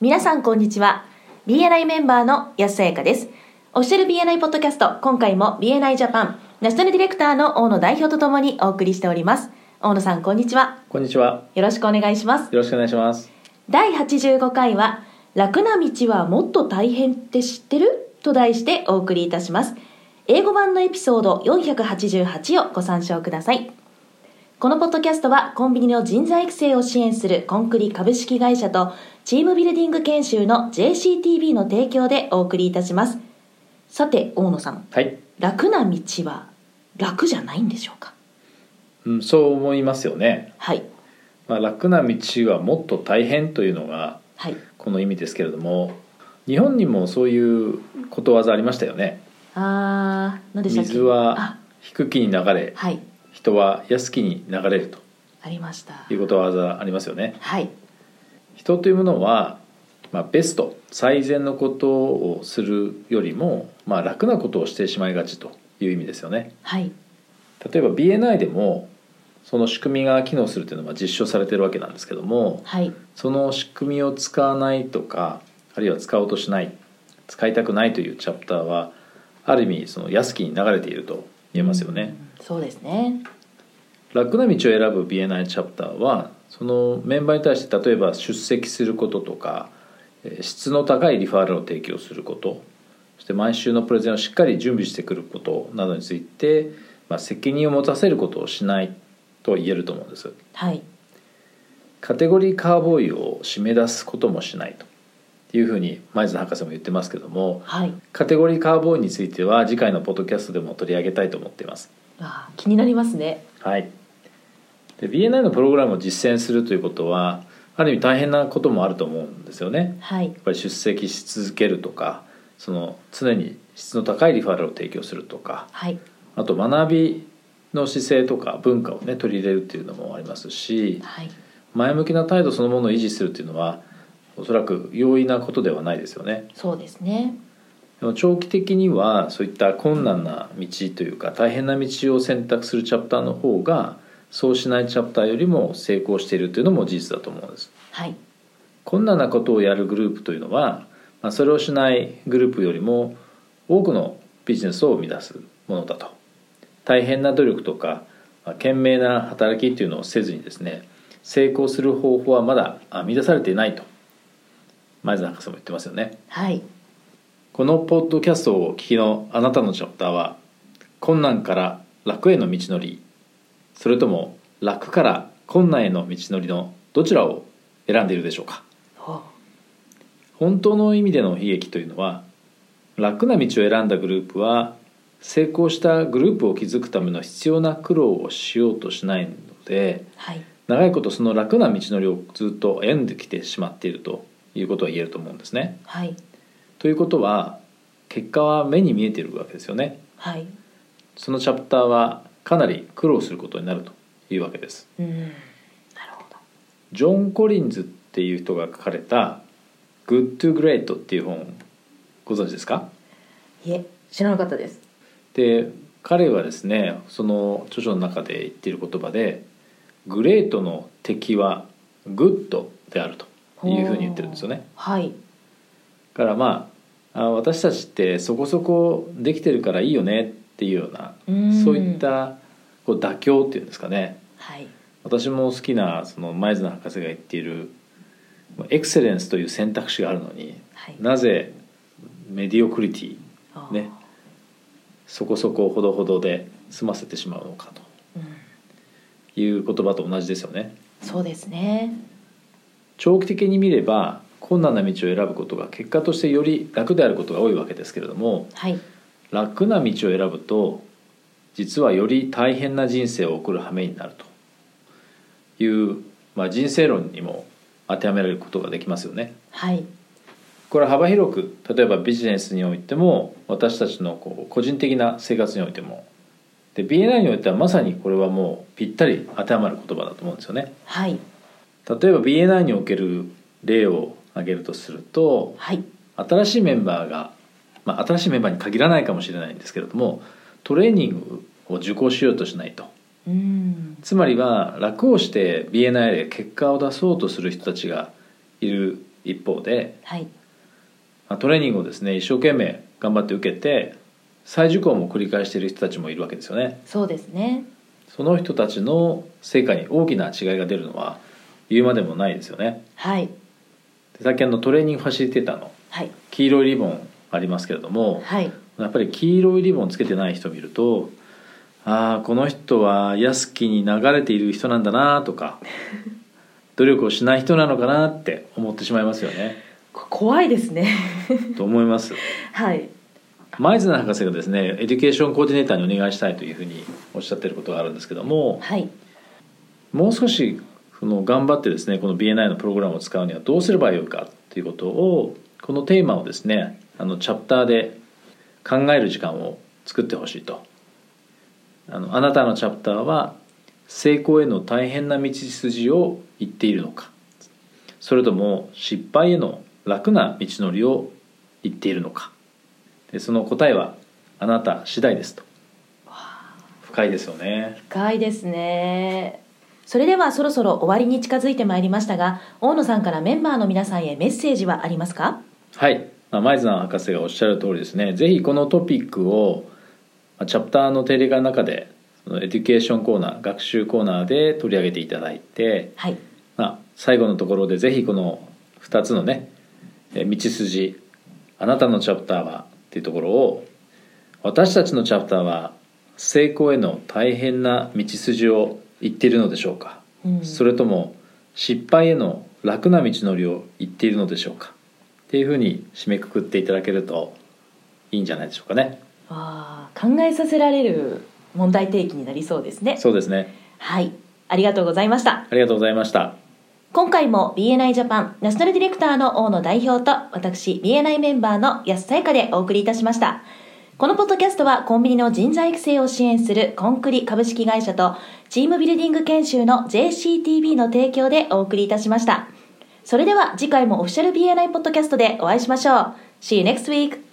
皆さんこんにちは BNI メンバーの安さやかですオフィシャル BNI ポッドキャスト今回も BNI ジャパンナショナルディレクターの大野代表とともにお送りしております大野さんこんにちはこんにちは。よろしくお願いしますよろしくお願いします。第85回は「楽な道はもっと大変って知ってる?」と題してお送りいたします英語版のエピソード488をご参照くださいこのポッドキャストはコンビニの人材育成を支援するコンクリ株式会社とチームビルディング研修の JCTV の提供でお送りいたしますさて大野さんはい。楽な道は楽じゃないんでしょうかうん、そう思いますよね。はいまあ、楽な道はもっと大変というのがはいこの意味ですけれども、日本にもそういうことわざありましたよね。あー何でしたっけ水は低きに流れあ、はい人は安きに流れるとありましたいうことわざありますよね。はい人というものは、まあ、ベスト最善のことをするよりも、まあ、楽なことをしてしまいがちという意味ですよね。はい例えば BNI でもその仕組みが機能するというのは実証されてるわけなんですけどもはいその仕組みを使わないとかあるいは使おうとしない使いたくないというチャプターはある意味その安きに流れていると言えますよね。うんそうですね楽な道を選ぶ BNI チャプターはそのメンバーに対して例えば出席することとかえー質の高いリファーラルを提供することそして毎週のプレゼンをしっかり準備してくることなどについて、まあ、責任を持たせることをしないと言えると思うんですはいカテゴリーカーボーイを締め出すこともしないというふうに前津博士も言ってますけどもはいカテゴリーカーボーイについては次回のポッドキャストでも取り上げたいと思っていますあー気になりますねはい、で BNI のプログラムを実践するということはある意味大変なこともあると思うんですよね。はいやっぱり出席し続けるとかその常に質の高いリファレルを提供するとかはいあと学びの姿勢とか文化をね取り入れるっていうのもありますしはい前向きな態度そのものを維持するっていうのはおそらく容易なことではないですよね。そうですねでも長期的にはそういった困難な道というか大変な道を選択するチャプターの方がそうしないチャプターよりも成功しているというのも事実だと思うんですはい困難なことをやるグループというのは、まあ、それをしないグループよりも多くのビジネスを生み出すものだと大変な努力とか、まあ、懸命な働きというのをせずにですね成功する方法はまだ編み出されていないと前澤博士も言ってますよねはいこのポッドキャストをお聞きのあなたのチャプターは困難から楽への道のりそれとも楽から困難への道のりのどちらを選んでいるでしょうかほ本当の意味での悲劇というのは楽な道を選んだグループは成功したグループを築くための必要な苦労をしようとしないのでうはい長いことその楽な道のりをずっと歩んできてしまっているということは言えると思うんですね。はいということは結果は目に見えているわけですよねはいそのチャプターはかなり苦労することになるというわけですうんなるほどジョン・コリンズっていう人が書かれた「Good to Great」っていう本ご存知ですかいえ知らなかったですで彼はですねその著書の中で言っている言葉で「グレートの敵はグッドである」というふうに言ってるんですよねほうはいだからまああ私たちってそこそこできてるからいいよねっていうようなうんそういったこう妥協っていうんですかねはい私も好きなその前津博士が言っているまあエクセレンスという選択肢があるのにはいなぜメディオクリティあーねそこそこほどほどで済ませてしまうのかうんという言葉と同じですよね。そうですね長期的に見れば困難な道を選ぶことが結果としてより楽であることが多いわけですけれどもはい楽な道を選ぶと実はより大変な人生を送る羽目になるという、まあ、人生論にも当てはめられることができますよね。はいこれは幅広く例えばビジネスにおいても私たちのこう個人的な生活においてもで BNI においてはまさにこれはもうぴったり当てはまる言葉だと思うんですよね。はい例えば BNI における例を挙げるとするとはい新しいメンバーが、まあ、新しいメンバーに限らないかもしれないんですけれどもトレーニングを受講しようとしないとうんつまりは楽をして BNI で結果を出そうとする人たちがいる一方で、はいまあトレーニングをですね一生懸命頑張って受けて再受講も繰り返している人たちもいるわけですよねそうですねその人たちの成果に大きな違いが出るのは言うまでもないですよねはいでさっきあのトレーニングファシリテーターのはい黄色いリボンありますけれども、はいやっぱり黄色いリボンつけてない人見るとああこの人は安きに流れている人なんだなとか努力をしない人なのかなって思ってしまいますよねこ怖いです ねと思いますはい前津博士がですねエデュケーションコーディネーターにお願いしたいというふうにおっしゃってることがあるんですけどもはいもう少しその頑張ってですねこの BNI のプログラムを使うにはどうすればよいかということをこのテーマをですねあのチャプターで考える時間を作ってほしいとあのあなたのチャプターは成功への大変な道筋を言っているのかそれとも失敗への楽な道のりを言っているのかでその答えはあなた次第ですと深いですよね深いですねそれではそろそろ終わりに近づいてまいりましたが大野さんからメンバーの皆さんへメッセージはありますかはい、まあ、前津博士がおっしゃる通りですねぜひこのトピックをまあチャプターの定例会の中でそのエデュケーションコーナー学習コーナーで取り上げていただいて、はいまあ、最後のところでぜひこの2つのねえー道筋あなたのチャプターはっていうところを私たちのチャプターは成功への大変な道筋を言っているのでしょうか、うんそれとも失敗への楽な道のりを言っているのでしょうかっていうふうに締めくくっていただけるといいんじゃないでしょうかねあー考えさせられる問題提起になりそうですねそうですねはいありがとうございましたありがとうございました今回も BNI ジャパンナショナルディレクターの大野代表と私 BNI メンバーの安さやかでお送りいたしましたこのポッドキャストはコンビニの人材育成を支援するコンクリ株式会社とチームビルディング研修の JCTB の提供でお送りいたしましたそれでは次回もオフィシャル BNI ポッドキャストでお会いしましょう See you next week!